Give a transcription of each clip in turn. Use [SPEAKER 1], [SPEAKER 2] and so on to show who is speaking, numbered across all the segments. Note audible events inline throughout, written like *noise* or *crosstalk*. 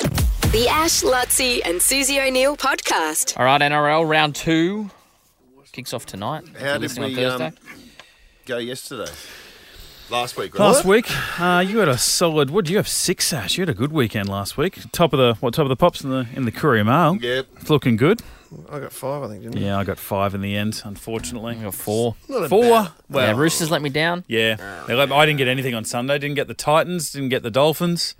[SPEAKER 1] The Ash, Lutzi, and Susie O'Neill podcast.
[SPEAKER 2] All right, NRL round two kicks off tonight. If
[SPEAKER 3] How
[SPEAKER 2] you're
[SPEAKER 3] did
[SPEAKER 2] listening
[SPEAKER 3] we,
[SPEAKER 2] on
[SPEAKER 4] um,
[SPEAKER 2] Thursday.
[SPEAKER 3] go yesterday. Last week, right?
[SPEAKER 4] Last week, uh, you had a solid. What did you have? Six ash. You had a good weekend last week. Top of the what? Top of the pops in the in the Courier Mail.
[SPEAKER 3] Yep.
[SPEAKER 4] it's looking good.
[SPEAKER 5] I got five, I think, didn't I?
[SPEAKER 4] Yeah, I got five in the end. Unfortunately,
[SPEAKER 2] We got four.
[SPEAKER 5] Not a
[SPEAKER 4] four.
[SPEAKER 5] bad-
[SPEAKER 4] Well,
[SPEAKER 2] yeah, Roosters let me down.
[SPEAKER 4] Yeah, They let- I didn't get anything on Sunday. Didn't get the Titans. Didn't get the Dolphins.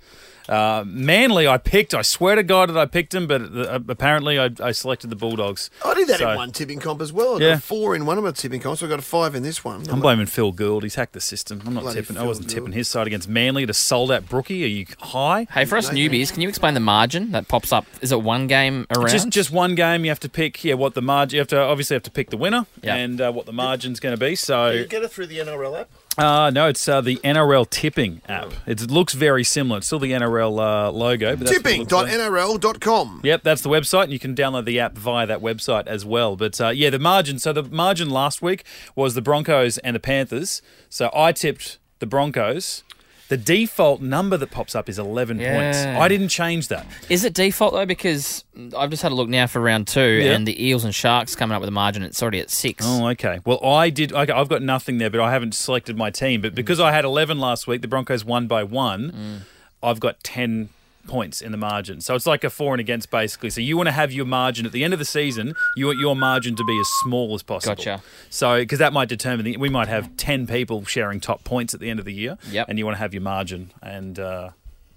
[SPEAKER 4] Uh, Manly, I picked. I swear to God that I picked them, but uh, apparently I, I selected the Bulldogs.
[SPEAKER 5] I did that
[SPEAKER 4] So-
[SPEAKER 5] in one tipping comp as well. I
[SPEAKER 4] Yeah.
[SPEAKER 5] got four in one of my tipping comps. I got a five in this one.
[SPEAKER 4] I'm blaming Phil Gould. He's hacked the system. I'm not
[SPEAKER 5] Bloody
[SPEAKER 4] tipping. I
[SPEAKER 5] Phil
[SPEAKER 4] wasn't tipping
[SPEAKER 5] Gould.
[SPEAKER 4] his side against Manly to sold out Brookie. Are you high?
[SPEAKER 2] Hey, for us newbies, can you explain the margin that pops up? Is it one game around?
[SPEAKER 4] Just just one game. You have to pick. Yeah, what the margin? You have to obviously have to pick the winner
[SPEAKER 2] Yeah.
[SPEAKER 4] and uh, what the margin's going to be. So
[SPEAKER 3] You get it through the NRL app. Oh.
[SPEAKER 4] uh, no, it's uh, the NRL tipping app. It's, it looks very similar. It's still the NRL uh, logo. But that's what it looks like.
[SPEAKER 5] Tipping.nrl.com.
[SPEAKER 4] Yep, that's the website, and you can download the app via that website as well. But uh, yeah, the margin. So the margin last week was the Broncos and the Panthers. So I tipped the Broncos. The default number that pops up is 11 points.
[SPEAKER 2] Yeah.
[SPEAKER 4] I didn't change that.
[SPEAKER 2] Is it default though? Because I've just had a look now for round two,
[SPEAKER 4] Yeah.
[SPEAKER 2] and the Eels and Sharks coming up with a margin. It's already at six.
[SPEAKER 4] Oh, okay. Well, I did. Okay, I've got nothing there, but I haven't selected my team.
[SPEAKER 2] Mm.
[SPEAKER 4] But because I had 11 last week, the Broncos won by one.
[SPEAKER 2] Mm.
[SPEAKER 4] I've got 10 points in the margin. So it's like a for and against, basically. So you want to have your margin at the end of the season, you want your margin to be as small as possible.
[SPEAKER 2] Gotcha.
[SPEAKER 4] So, because that might determine, the, we might have 10 people sharing top points at the end of the year.
[SPEAKER 2] Yep.
[SPEAKER 4] And you want to have your margin. And, uh,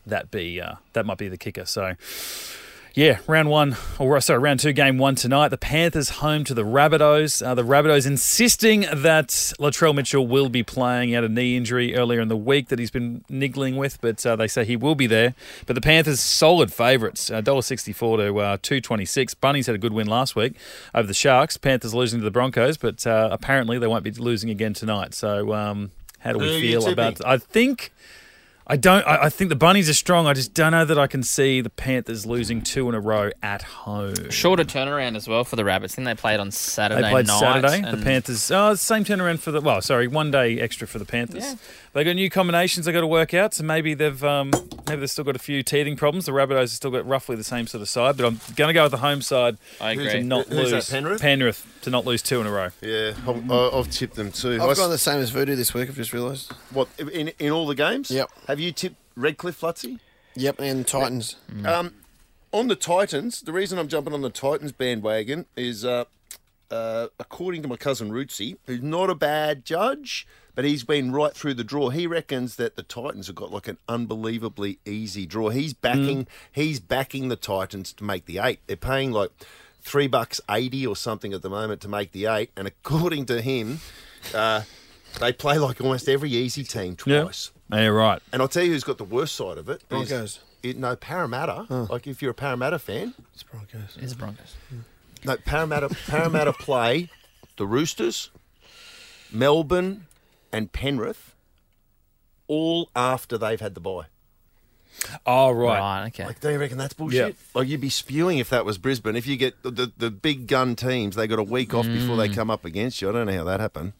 [SPEAKER 4] that be uh, that might be the kicker. So, yeah, round one, or sorry, round two, game one tonight. The Panthers home to the Rabbitohs. Uh, the Rabbitohs insisting that Latrell Mitchell will be playing. He had a knee injury earlier in the week that he's been niggling with, but uh, they say he will be there. But the Panthers solid favourites, uh, $1.64 to uh, two twenty six. Bunnies had a good win last week over the Sharks. Panthers losing to the Broncos, but uh, apparently they won't be losing again tonight. So, um, how do we
[SPEAKER 3] Who are you
[SPEAKER 4] feel about?
[SPEAKER 3] tipping?
[SPEAKER 4] I think. I don't. I, I think the bunnies are strong. I just don't know that I can see the Panthers losing two in a row at home.
[SPEAKER 2] Shorter turnaround as well for the Rabbits. Then they played on Saturday.
[SPEAKER 4] They played
[SPEAKER 2] night,
[SPEAKER 4] Saturday.
[SPEAKER 2] and-
[SPEAKER 4] The Panthers. Oh, same turnaround for the. Well, sorry, one day extra for the Panthers.
[SPEAKER 2] Yeah.
[SPEAKER 4] They got new combinations. They got to work out. So maybe they've. Um, maybe they've still got a few teething problems. The Rabbitohs have still got roughly the same sort of side. But I'm going to go with the home side
[SPEAKER 2] I
[SPEAKER 4] to
[SPEAKER 2] agree.
[SPEAKER 4] not
[SPEAKER 3] Who's that,
[SPEAKER 4] lose
[SPEAKER 3] Penrith?
[SPEAKER 4] to not lose two in a row.
[SPEAKER 3] Yeah, I've, I- I've tipped them too. I
[SPEAKER 5] I've
[SPEAKER 3] s-
[SPEAKER 5] gone the same as Voodoo this week, I've just realised.
[SPEAKER 3] what in in all the games?
[SPEAKER 5] Yep.
[SPEAKER 3] Have you tipped Redcliffe Lutzi?
[SPEAKER 5] Yep, and Titans.
[SPEAKER 3] Um, on the Titans, the reason I'm jumping on the Titans bandwagon is, uh, uh, according to my cousin Rootsy, who's not a bad judge, but he's been right through the draw. He reckons that the Titans have got like an unbelievably easy draw. He's backing, he's backing the Titans to make the eight. They're paying like three bucks eighty or something at the moment to make the eight, and according to him, uh, they play like almost every easy team twice.
[SPEAKER 4] Yeah, right.
[SPEAKER 3] And I'll tell you who's got the worst side of it. is-
[SPEAKER 5] Broncos.
[SPEAKER 3] It, no, Parramatta. Like if you're a Parramatta fan,
[SPEAKER 5] It's Broncos.
[SPEAKER 2] It's the Broncos.
[SPEAKER 3] no Parramatta. Parramatta play the Roosters, Melbourne, and Penrith, all after they've had the bye.
[SPEAKER 4] Oh, right.
[SPEAKER 2] Right. Okay.
[SPEAKER 3] Like, do you reckon that's bullshit? Like you'd be spewing if that was Brisbane. If you get the, the, the big gun teams, they got a week off before they come up against you. I don't know how that happened.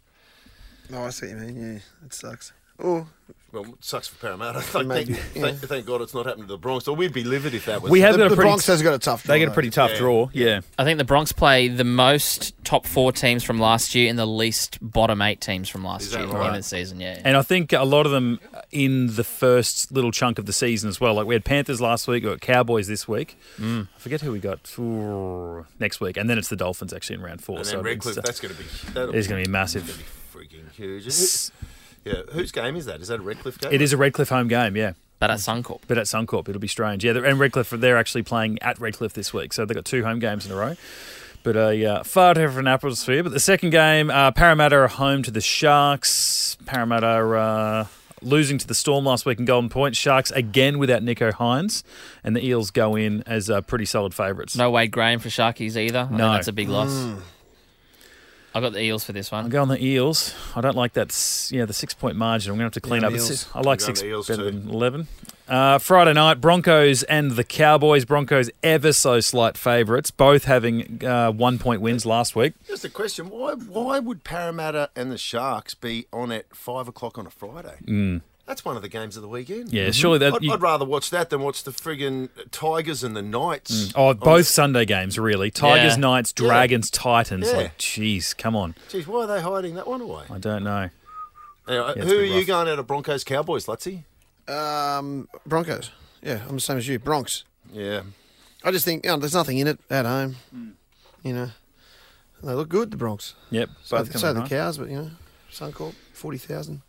[SPEAKER 5] Oh, I see what you mean. Yeah, it sucks. Oh,
[SPEAKER 3] Well, it sucks for Parramatta. Thank,
[SPEAKER 5] Maybe,
[SPEAKER 3] thank, *laughs* thank, thank God it's not happened to the Bronx. So we'd be livid if that was.
[SPEAKER 4] We have
[SPEAKER 5] the,
[SPEAKER 4] got a
[SPEAKER 5] the
[SPEAKER 4] pretty.
[SPEAKER 5] Bronx has got a tough
[SPEAKER 4] they
[SPEAKER 5] draw,
[SPEAKER 4] get a pretty
[SPEAKER 5] though.
[SPEAKER 4] tough
[SPEAKER 3] Yeah.
[SPEAKER 4] draw. Yeah.
[SPEAKER 2] I think the Bronx play the most top four teams from last year and the least bottom eight teams from last
[SPEAKER 3] Is that
[SPEAKER 2] year
[SPEAKER 3] right?
[SPEAKER 2] in the season. Yeah.
[SPEAKER 4] And I think a lot of them in the first little chunk of the season as well. Like we had Panthers last week, we got Cowboys this week. Mm. I forget who we got Ooh, next week, and then it's the Dolphins actually in round four.
[SPEAKER 3] And then
[SPEAKER 4] so
[SPEAKER 3] Redcliffe,
[SPEAKER 4] it's,
[SPEAKER 3] that's going to be. That'll
[SPEAKER 4] it's going to
[SPEAKER 3] That'd
[SPEAKER 4] be massive.
[SPEAKER 3] be freaking huge. Is it- Yeah, whose game is that? Is that a Redcliffe game?
[SPEAKER 4] It is a Redcliffe home game, yeah,
[SPEAKER 2] But at Suncorp.
[SPEAKER 4] but at Suncorp it'll be strange. Yeah, and Redcliffe they're actually playing at Redcliffe this week, so they've got two home games in a row. But uh, yeah, far different atmosphere. But the second game, uh, Parramatta are home to the Sharks. Parramatta uh, losing to the Storm last week in Golden Point. Sharks again without Nico Hines, and the Eels go in as uh, pretty solid favourites.
[SPEAKER 2] No Wade Graham for Sharkies either. I think
[SPEAKER 4] No.
[SPEAKER 2] that's a big loss.
[SPEAKER 3] Mm.
[SPEAKER 2] I got the Eels for this
[SPEAKER 4] I'll
[SPEAKER 2] one.
[SPEAKER 4] go on the Eels. I don't like that. s- Yeah, the six point margin. I'm going to have to clean
[SPEAKER 5] Yeah,
[SPEAKER 4] up.
[SPEAKER 5] the
[SPEAKER 4] It's-
[SPEAKER 5] Eels.
[SPEAKER 4] I like
[SPEAKER 3] I'll go on
[SPEAKER 4] six
[SPEAKER 3] the Eels
[SPEAKER 4] better
[SPEAKER 3] too.
[SPEAKER 4] than eleven. Uh, Friday night, Broncos and the Cowboys. Broncos ever so slight favourites, both having uh, one point wins last week.
[SPEAKER 3] Just a question: Why why would Parramatta and the Sharks be on at five o'clock on a Friday? That's one of the games of the weekend.
[SPEAKER 4] Mm. Yeah, surely that.
[SPEAKER 3] I'd,
[SPEAKER 4] you-
[SPEAKER 3] I'd rather watch that than watch the friggin' Tigers and the Knights.
[SPEAKER 4] oh, both Sunday games really. Tigers,
[SPEAKER 2] Yeah.
[SPEAKER 4] Knights, Dragons, Titans.
[SPEAKER 3] Yeah.
[SPEAKER 4] Like, jeez, come on.
[SPEAKER 3] Geez, why are they hiding that one away?
[SPEAKER 4] I don't know.
[SPEAKER 3] Anyway,
[SPEAKER 4] it's
[SPEAKER 3] who are
[SPEAKER 4] been
[SPEAKER 3] you
[SPEAKER 4] rough.
[SPEAKER 3] going out of Broncos Cowboys, Lutzy?
[SPEAKER 5] Um, Broncos. Yeah, I'm the same as you. Bronx.
[SPEAKER 3] Yeah.
[SPEAKER 5] I just think you know, there's nothing in it at home.
[SPEAKER 4] Hmm.
[SPEAKER 5] You know, they look good, the Bronx.
[SPEAKER 4] Yep.
[SPEAKER 5] So,
[SPEAKER 4] both
[SPEAKER 5] so
[SPEAKER 4] coming
[SPEAKER 5] the
[SPEAKER 4] home.
[SPEAKER 5] cows, but you know, Suncorp forty thousand.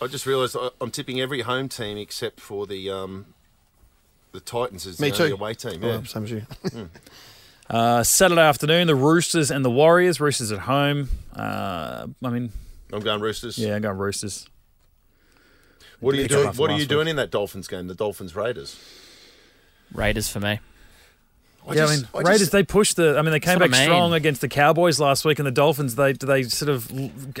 [SPEAKER 3] I just realised I- I'm tipping every home team except for the um, the Titans as
[SPEAKER 5] Me
[SPEAKER 3] the only
[SPEAKER 5] too.
[SPEAKER 3] away team.
[SPEAKER 5] Yeah,
[SPEAKER 3] Yeah.
[SPEAKER 5] I'm the same as you. *laughs*
[SPEAKER 4] Uh, Saturday afternoon, the Roosters and the Warriors. Roosters at home. Uh, I mean,
[SPEAKER 3] I'm going Roosters.
[SPEAKER 4] yeah, I'm going Roosters.
[SPEAKER 3] What are you
[SPEAKER 4] Pick up
[SPEAKER 3] doing?
[SPEAKER 4] after
[SPEAKER 3] What are
[SPEAKER 4] last
[SPEAKER 3] you
[SPEAKER 4] week.
[SPEAKER 3] doing in that Dolphins game? The Dolphins Raiders.
[SPEAKER 2] Raiders for me.
[SPEAKER 3] I
[SPEAKER 4] yeah,
[SPEAKER 3] just- I
[SPEAKER 4] I mean, Raiders.
[SPEAKER 3] just-
[SPEAKER 4] they pushed the. I mean, they came
[SPEAKER 2] what I
[SPEAKER 4] back
[SPEAKER 2] mean.
[SPEAKER 4] strong against the Cowboys last week, and the Dolphins. They they sort of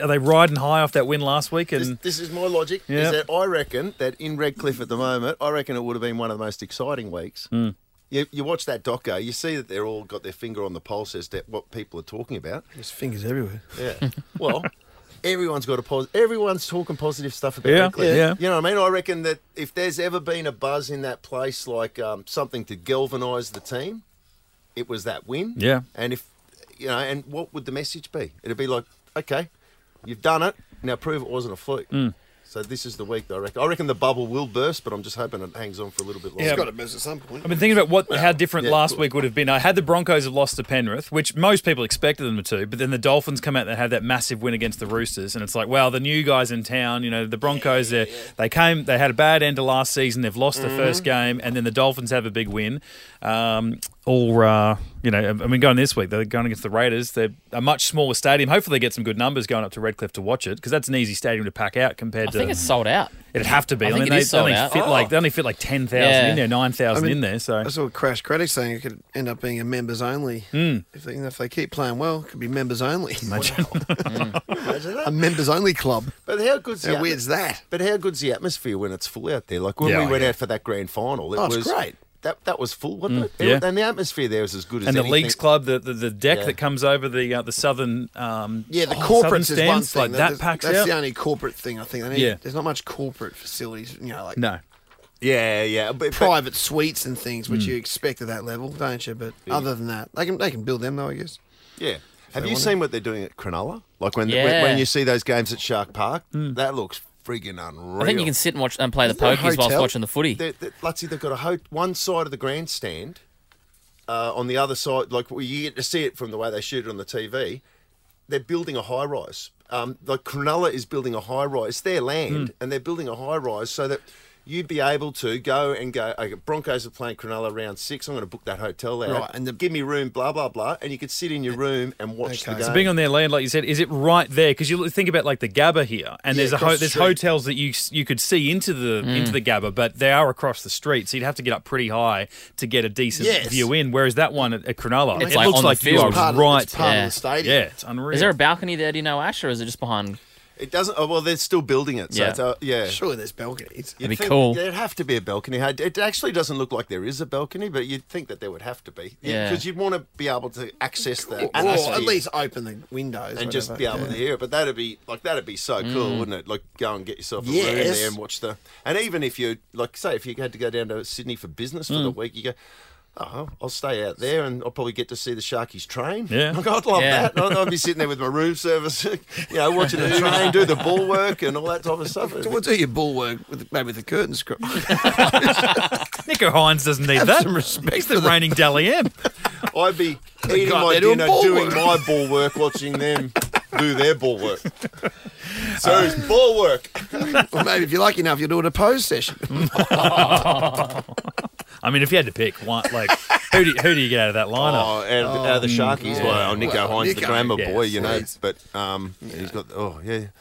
[SPEAKER 4] are they riding high off that win last week,
[SPEAKER 3] This,
[SPEAKER 4] and
[SPEAKER 3] this is my logic.
[SPEAKER 4] Yeah.
[SPEAKER 3] Is that I reckon that in Redcliffe at the moment, I reckon it would have been one of the most exciting weeks.
[SPEAKER 4] Hmm.
[SPEAKER 3] You, you watch that doco, you see that they're all got their finger on the pulse as to what people are talking about.
[SPEAKER 5] There's fingers everywhere.
[SPEAKER 3] Yeah.
[SPEAKER 4] *laughs*
[SPEAKER 3] well, everyone's got a positive. Everyone's talking positive stuff about
[SPEAKER 4] Yeah,
[SPEAKER 3] Redcliffe.
[SPEAKER 4] yeah.
[SPEAKER 3] You know what I mean? I reckon that if there's ever been a buzz in that place, like um, something to galvanise the team, it was that win.
[SPEAKER 4] Yeah.
[SPEAKER 3] And if you know, and what would the message be? It'd be like, okay, you've done it. Now prove it wasn't a fluke.
[SPEAKER 4] Mm.
[SPEAKER 3] So this is the week that I reckon. I reckon the bubble will burst, but I'm just hoping it hangs on for a little bit longer.
[SPEAKER 4] Yeah,
[SPEAKER 5] Got to miss at some point.
[SPEAKER 4] I've been thinking about what how different
[SPEAKER 3] yeah,
[SPEAKER 4] last
[SPEAKER 3] cool.
[SPEAKER 4] week would have been. I had the Broncos have lost to Penrith, which most people expected them to, but then the Dolphins come out and have that massive win against the Roosters, and it's like, wow, the new guys in town. You know, the Broncos they they came, they had a bad end to last season. They've lost their first game, and then the Dolphins have a big win. Um, or uh, you know, I mean, going this week they're going against the Raiders. They're a much smaller stadium. Hopefully, they get some good numbers going up to Redcliffe to watch it because that's an easy stadium to pack out compared
[SPEAKER 2] I
[SPEAKER 4] to.
[SPEAKER 2] think it's sold out.
[SPEAKER 4] it'd have to be.
[SPEAKER 2] I
[SPEAKER 4] I,
[SPEAKER 2] think
[SPEAKER 4] mean,
[SPEAKER 2] it
[SPEAKER 4] they,
[SPEAKER 2] is
[SPEAKER 4] they
[SPEAKER 2] sold
[SPEAKER 4] only
[SPEAKER 2] out.
[SPEAKER 4] fit
[SPEAKER 2] Oh.
[SPEAKER 4] like they only fit like ten thousand
[SPEAKER 2] Yeah.
[SPEAKER 4] in there, nine thousand
[SPEAKER 5] I mean,
[SPEAKER 4] in there. So
[SPEAKER 5] I saw Crash Credit saying it could end up being a members only.
[SPEAKER 4] Hmm.
[SPEAKER 5] If, they, if they keep playing well, it could be members only.
[SPEAKER 3] Imagine
[SPEAKER 5] *laughs* a
[SPEAKER 3] that.
[SPEAKER 5] members
[SPEAKER 4] *laughs*
[SPEAKER 5] only club.
[SPEAKER 3] But how good's
[SPEAKER 5] How
[SPEAKER 3] the
[SPEAKER 5] weird's that?
[SPEAKER 3] But how good's the atmosphere when it's full out there? Like when
[SPEAKER 4] Yeah,
[SPEAKER 3] we
[SPEAKER 4] oh,
[SPEAKER 3] went
[SPEAKER 4] yeah.
[SPEAKER 3] out for that grand final, it
[SPEAKER 5] Oh, it's
[SPEAKER 3] was
[SPEAKER 5] great.
[SPEAKER 3] That that was full, wasn't it?
[SPEAKER 4] yeah.
[SPEAKER 3] And the atmosphere there was as good as
[SPEAKER 4] and the
[SPEAKER 3] anything.
[SPEAKER 4] leagues club, the the, the deck
[SPEAKER 3] Yeah.
[SPEAKER 4] that comes over the uh, the southern um,
[SPEAKER 5] Yeah, the
[SPEAKER 4] oh,
[SPEAKER 5] corporates
[SPEAKER 4] southern
[SPEAKER 5] is one
[SPEAKER 4] stands,
[SPEAKER 5] thing.
[SPEAKER 4] like that
[SPEAKER 5] That's-
[SPEAKER 4] packs
[SPEAKER 5] that's
[SPEAKER 4] out.
[SPEAKER 5] the only corporate thing I think. They need,
[SPEAKER 4] Yeah.
[SPEAKER 5] There's not much corporate facilities, you know, like
[SPEAKER 4] no,
[SPEAKER 3] Yeah, yeah. But, but-
[SPEAKER 5] private suites and things, which
[SPEAKER 4] Hmm.
[SPEAKER 5] you expect at that level, don't you? But other than that, they can they can build them though, I guess.
[SPEAKER 3] yeah. Have you seen what they're doing at Cronulla? Like when, when
[SPEAKER 2] Yeah.
[SPEAKER 3] when you see those games at Shark Park, that looks friggin' unreal.
[SPEAKER 2] I think you can sit and watch and play the
[SPEAKER 3] Isn't there a
[SPEAKER 2] pokies whilst
[SPEAKER 3] hotel?
[SPEAKER 2] watching the footy.
[SPEAKER 3] They, they, Lutzy, they've got a ho- one side of the grandstand. Uh, on the other side, like well, you get to see it from the way they shoot it on the TV, they're building a high rise. Um, like Cronulla is building a high rise, it's their land, and they're building a high rise so that you'd be able to go and go. Okay, Broncos are playing Cronulla round six. I'm going to book that hotel out,
[SPEAKER 5] Right, and
[SPEAKER 3] and
[SPEAKER 5] the-
[SPEAKER 3] give me room, blah blah blah, and you could sit in your room and watch
[SPEAKER 5] Okay.
[SPEAKER 3] the game.
[SPEAKER 5] So
[SPEAKER 4] being on their land, like you said, is it right there? Because you look- think about like the Gabba here, and
[SPEAKER 3] Yeah,
[SPEAKER 4] there's a
[SPEAKER 3] across
[SPEAKER 4] ho-
[SPEAKER 3] the
[SPEAKER 4] there's
[SPEAKER 3] street.
[SPEAKER 4] hotels that you s- you could see into the into the Gabba, but they are across the street, so you'd have to get up pretty high to get a decent
[SPEAKER 5] Yes.
[SPEAKER 4] view in. Whereas that one at, at Cronulla,
[SPEAKER 2] It's
[SPEAKER 4] it
[SPEAKER 2] like
[SPEAKER 4] looks
[SPEAKER 2] on the
[SPEAKER 4] like you
[SPEAKER 2] field.
[SPEAKER 4] are
[SPEAKER 2] It's
[SPEAKER 5] Part of,
[SPEAKER 4] right.
[SPEAKER 5] it's part
[SPEAKER 2] yeah.
[SPEAKER 5] of the stadium.
[SPEAKER 4] yeah, it's unreal.
[SPEAKER 2] Is there a balcony there? Do you know, Ash, or is it just behind?
[SPEAKER 3] It doesn't. Oh, well, they're still building it, so
[SPEAKER 2] Yeah.
[SPEAKER 3] it's, uh, yeah.
[SPEAKER 5] Surely there's balconies.
[SPEAKER 3] You'd
[SPEAKER 2] be
[SPEAKER 3] think
[SPEAKER 2] cool.
[SPEAKER 3] There'd have to be a balcony. It it actually doesn't look like there is a balcony, but you'd think that there would have to be.
[SPEAKER 2] Yeah.
[SPEAKER 3] Because you'd want to be able to access the
[SPEAKER 5] Or
[SPEAKER 3] atmosphere
[SPEAKER 5] at least open the windows
[SPEAKER 3] and just be
[SPEAKER 5] whatever.
[SPEAKER 3] able to hear it. But that'd be like that'd be so
[SPEAKER 2] Mm.
[SPEAKER 3] cool, wouldn't it? Like go and get yourself a room
[SPEAKER 5] Yes.
[SPEAKER 3] there and watch the. And even if you like, say, if you had to go down to Sydney for business for the
[SPEAKER 2] Mm.
[SPEAKER 3] week, you go. Oh, I'll- I'll stay out there, and I'll probably get to see the Sharkies train.
[SPEAKER 4] Yeah.
[SPEAKER 3] *laughs* like, I'd love
[SPEAKER 2] Yeah.
[SPEAKER 3] that. I'd, I'd be sitting there with my room service, *laughs* you know, watching the train, do the ball work, and all that type of
[SPEAKER 5] *laughs*
[SPEAKER 3] stuff.
[SPEAKER 5] So we'll do your bulwark with maybe with the curtain *laughs* screw.
[SPEAKER 4] *laughs* Nico Hines doesn't need that.
[SPEAKER 5] some respect
[SPEAKER 4] He's the reigning Dally M.
[SPEAKER 3] I'd be eating
[SPEAKER 5] God,
[SPEAKER 3] my
[SPEAKER 5] they're doing
[SPEAKER 3] dinner,
[SPEAKER 5] ball
[SPEAKER 3] doing
[SPEAKER 5] work.
[SPEAKER 3] my ball work, watching them do their ball work. So it's ball work.
[SPEAKER 5] or maybe if you're lucky enough, you'll do it a pose session.
[SPEAKER 4] I mean, if you had to pick one, like who do you, who do you get out of that lineup?
[SPEAKER 3] Oh, and uh, the Sharkies.
[SPEAKER 5] yeah.
[SPEAKER 3] Well, Nico
[SPEAKER 5] Well,
[SPEAKER 3] Hines, the
[SPEAKER 5] Nico,
[SPEAKER 3] grammar
[SPEAKER 4] yeah,
[SPEAKER 3] boy, you know.
[SPEAKER 5] please.
[SPEAKER 3] But um, he's got. Oh yeah. *laughs*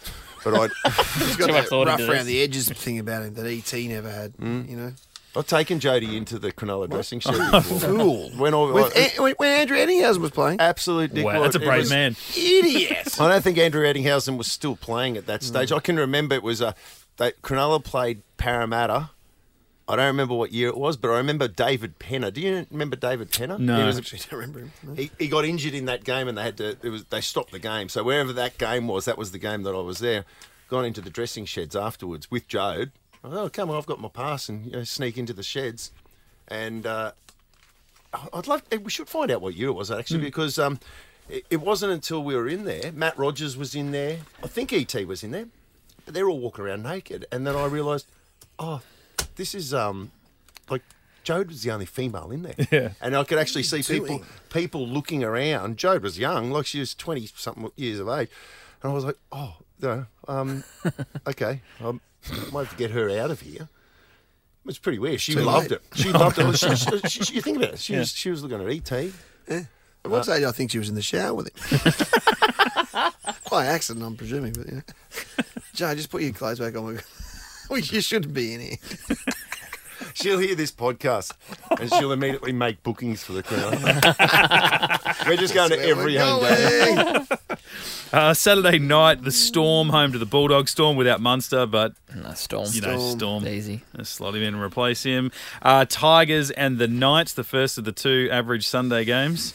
[SPEAKER 3] But
[SPEAKER 5] He's
[SPEAKER 3] I,
[SPEAKER 5] got
[SPEAKER 2] Too much
[SPEAKER 5] that
[SPEAKER 2] thought
[SPEAKER 5] rough
[SPEAKER 2] into
[SPEAKER 5] around
[SPEAKER 2] this. Mm.
[SPEAKER 5] the edges thing about him that ET never had. You know,
[SPEAKER 3] I've taken Jody into the Cronulla dressing shed. before.
[SPEAKER 5] fool.
[SPEAKER 3] When all
[SPEAKER 5] With
[SPEAKER 3] I-
[SPEAKER 5] An- when when Andrew Eddinghausen was playing,
[SPEAKER 2] Uh,
[SPEAKER 3] absolute dick.
[SPEAKER 4] wow, that's a
[SPEAKER 3] It
[SPEAKER 4] brave
[SPEAKER 3] was-
[SPEAKER 4] man.
[SPEAKER 2] *laughs*
[SPEAKER 5] idiot.
[SPEAKER 3] I don't think Andrew Eddinghausen was still playing at that stage. I can remember it was a they, Cronulla played Parramatta. I don't remember what year it was, but I remember David Penner. Do you remember David Penner?
[SPEAKER 4] No.
[SPEAKER 3] He,
[SPEAKER 5] I
[SPEAKER 3] was-
[SPEAKER 5] actually don't remember him.
[SPEAKER 2] Uh,
[SPEAKER 5] No.
[SPEAKER 3] he, he got injured in that game, and they had to. It was they stopped the game. So wherever that game was, that was the game that I was there. Gone into the dressing sheds afterwards with Jode. I thought, oh, come on, I've got my pass and you know, sneak into the sheds. And uh, I- I'd love, eh, we should find out what year it was actually because um, it, it wasn't until we were in there, Matt Rogers was in there, I think ET was in there, but they're all walking around naked. And then I realised, oh, this is um, like Jode was the only female in there.
[SPEAKER 4] Yeah.
[SPEAKER 3] And I could actually see people
[SPEAKER 5] doing?
[SPEAKER 3] people looking around. Jode was young, like she was twenty something years of age, and I was like, oh, no, um, okay, um, I might have to get her out of here. It was pretty weird. She loved
[SPEAKER 5] late.
[SPEAKER 3] it.
[SPEAKER 5] Oh,
[SPEAKER 3] She loved it. She, she, she, you think about it. She was she was looking at E ET.
[SPEAKER 5] At what stage I think she was in the shower with him.
[SPEAKER 2] *laughs*
[SPEAKER 5] By accident, I'm presuming, but you know. *laughs* Joe, just put your clothes back on. *laughs* We- We, you shouldn't be in here.
[SPEAKER 3] She'll hear this podcast and she'll immediately make bookings for the crown.
[SPEAKER 5] *laughs*
[SPEAKER 3] We're just going to
[SPEAKER 5] Where
[SPEAKER 3] every
[SPEAKER 5] we're
[SPEAKER 3] home game.
[SPEAKER 5] going.
[SPEAKER 4] Uh, Saturday night, the Storm home to the Bulldog Storm without Munster, but
[SPEAKER 2] No, Storm.
[SPEAKER 4] you know, Storm.
[SPEAKER 2] Easy.
[SPEAKER 4] Let's Slot him in and replace him. Uh, Tigers and the Knights, the first of the two average Sunday games.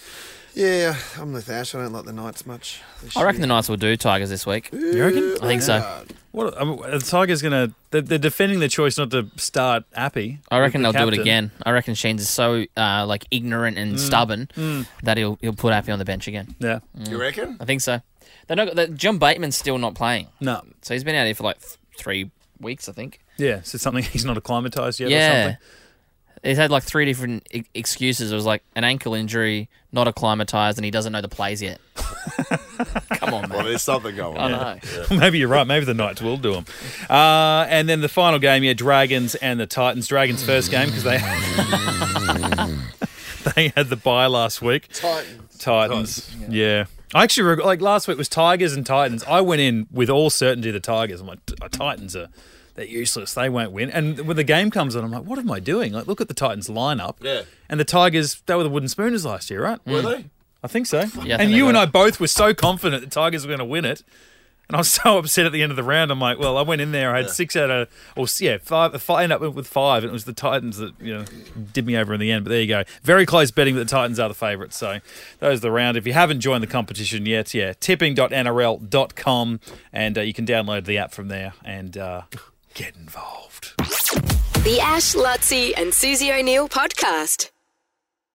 [SPEAKER 5] Yeah, I'm with Ash. I don't like the
[SPEAKER 2] *laughs*
[SPEAKER 5] nights much. this
[SPEAKER 2] I reckon the
[SPEAKER 5] year.
[SPEAKER 2] Knights will do Tigers this week.
[SPEAKER 4] You reckon?
[SPEAKER 2] I think so.
[SPEAKER 4] What, I mean, the Tigers going to. They're, they're defending their choice not to start Appy.
[SPEAKER 2] I reckon they'll
[SPEAKER 4] with the
[SPEAKER 2] do it
[SPEAKER 4] captain.
[SPEAKER 2] again. I reckon Sheens is so uh, like ignorant
[SPEAKER 3] Mm.
[SPEAKER 2] and stubborn that he'll he'll put Appy on the bench again.
[SPEAKER 4] Yeah.
[SPEAKER 3] You reckon?
[SPEAKER 2] I think so. They're not. That John Bateman's still not playing,
[SPEAKER 4] No.
[SPEAKER 2] so he's been out here for like th- three weeks, I think.
[SPEAKER 4] Yeah. So something *laughs* he's not acclimatized yet or
[SPEAKER 2] yeah,
[SPEAKER 4] something.
[SPEAKER 2] he's had like three different e- excuses. It was like an ankle injury, not acclimatized, and he doesn't know the plays yet. *laughs* Come on,
[SPEAKER 3] Well,
[SPEAKER 2] man.
[SPEAKER 3] Oh, there's something going
[SPEAKER 2] I
[SPEAKER 3] on.
[SPEAKER 2] know.
[SPEAKER 4] *laughs* Maybe you're right. Maybe the Knights will do them. Uh, and then the final game, yeah, Dragons and the Titans. Dragons first game because they *laughs* they had the bye last week.
[SPEAKER 5] Titans.
[SPEAKER 4] Titans, yeah. I actually reg- like last week was Tigers and Titans. I went in with all certainty the Tigers. I'm like, "T- uh, Titans are they're useless. They won't win. And when the game comes on, I'm like, what am I doing? Like, look at the Titans lineup.
[SPEAKER 3] Yeah.
[SPEAKER 4] And the Tigers, they were the wooden spooners last year, right?
[SPEAKER 3] Were they?
[SPEAKER 4] I think so.
[SPEAKER 2] I think
[SPEAKER 4] and
[SPEAKER 2] they
[SPEAKER 4] you
[SPEAKER 2] got
[SPEAKER 4] and
[SPEAKER 2] it.
[SPEAKER 4] I both were so confident the Tigers were going to win it. And I was *laughs* so upset at the end of the round. I'm like, well, I went in there. I had six out of, or s- yeah, five. I ended up with five. And it was the Titans that, you know, did me over in the end. But there you go. Very close betting that the Titans are the favourites. So those are the round. If you haven't joined the competition yet, yeah, tipping.nrl.com. And uh, you can download the app from there and uh, get involved.
[SPEAKER 1] The Ash, Lutzi, and Susie O'Neill podcast.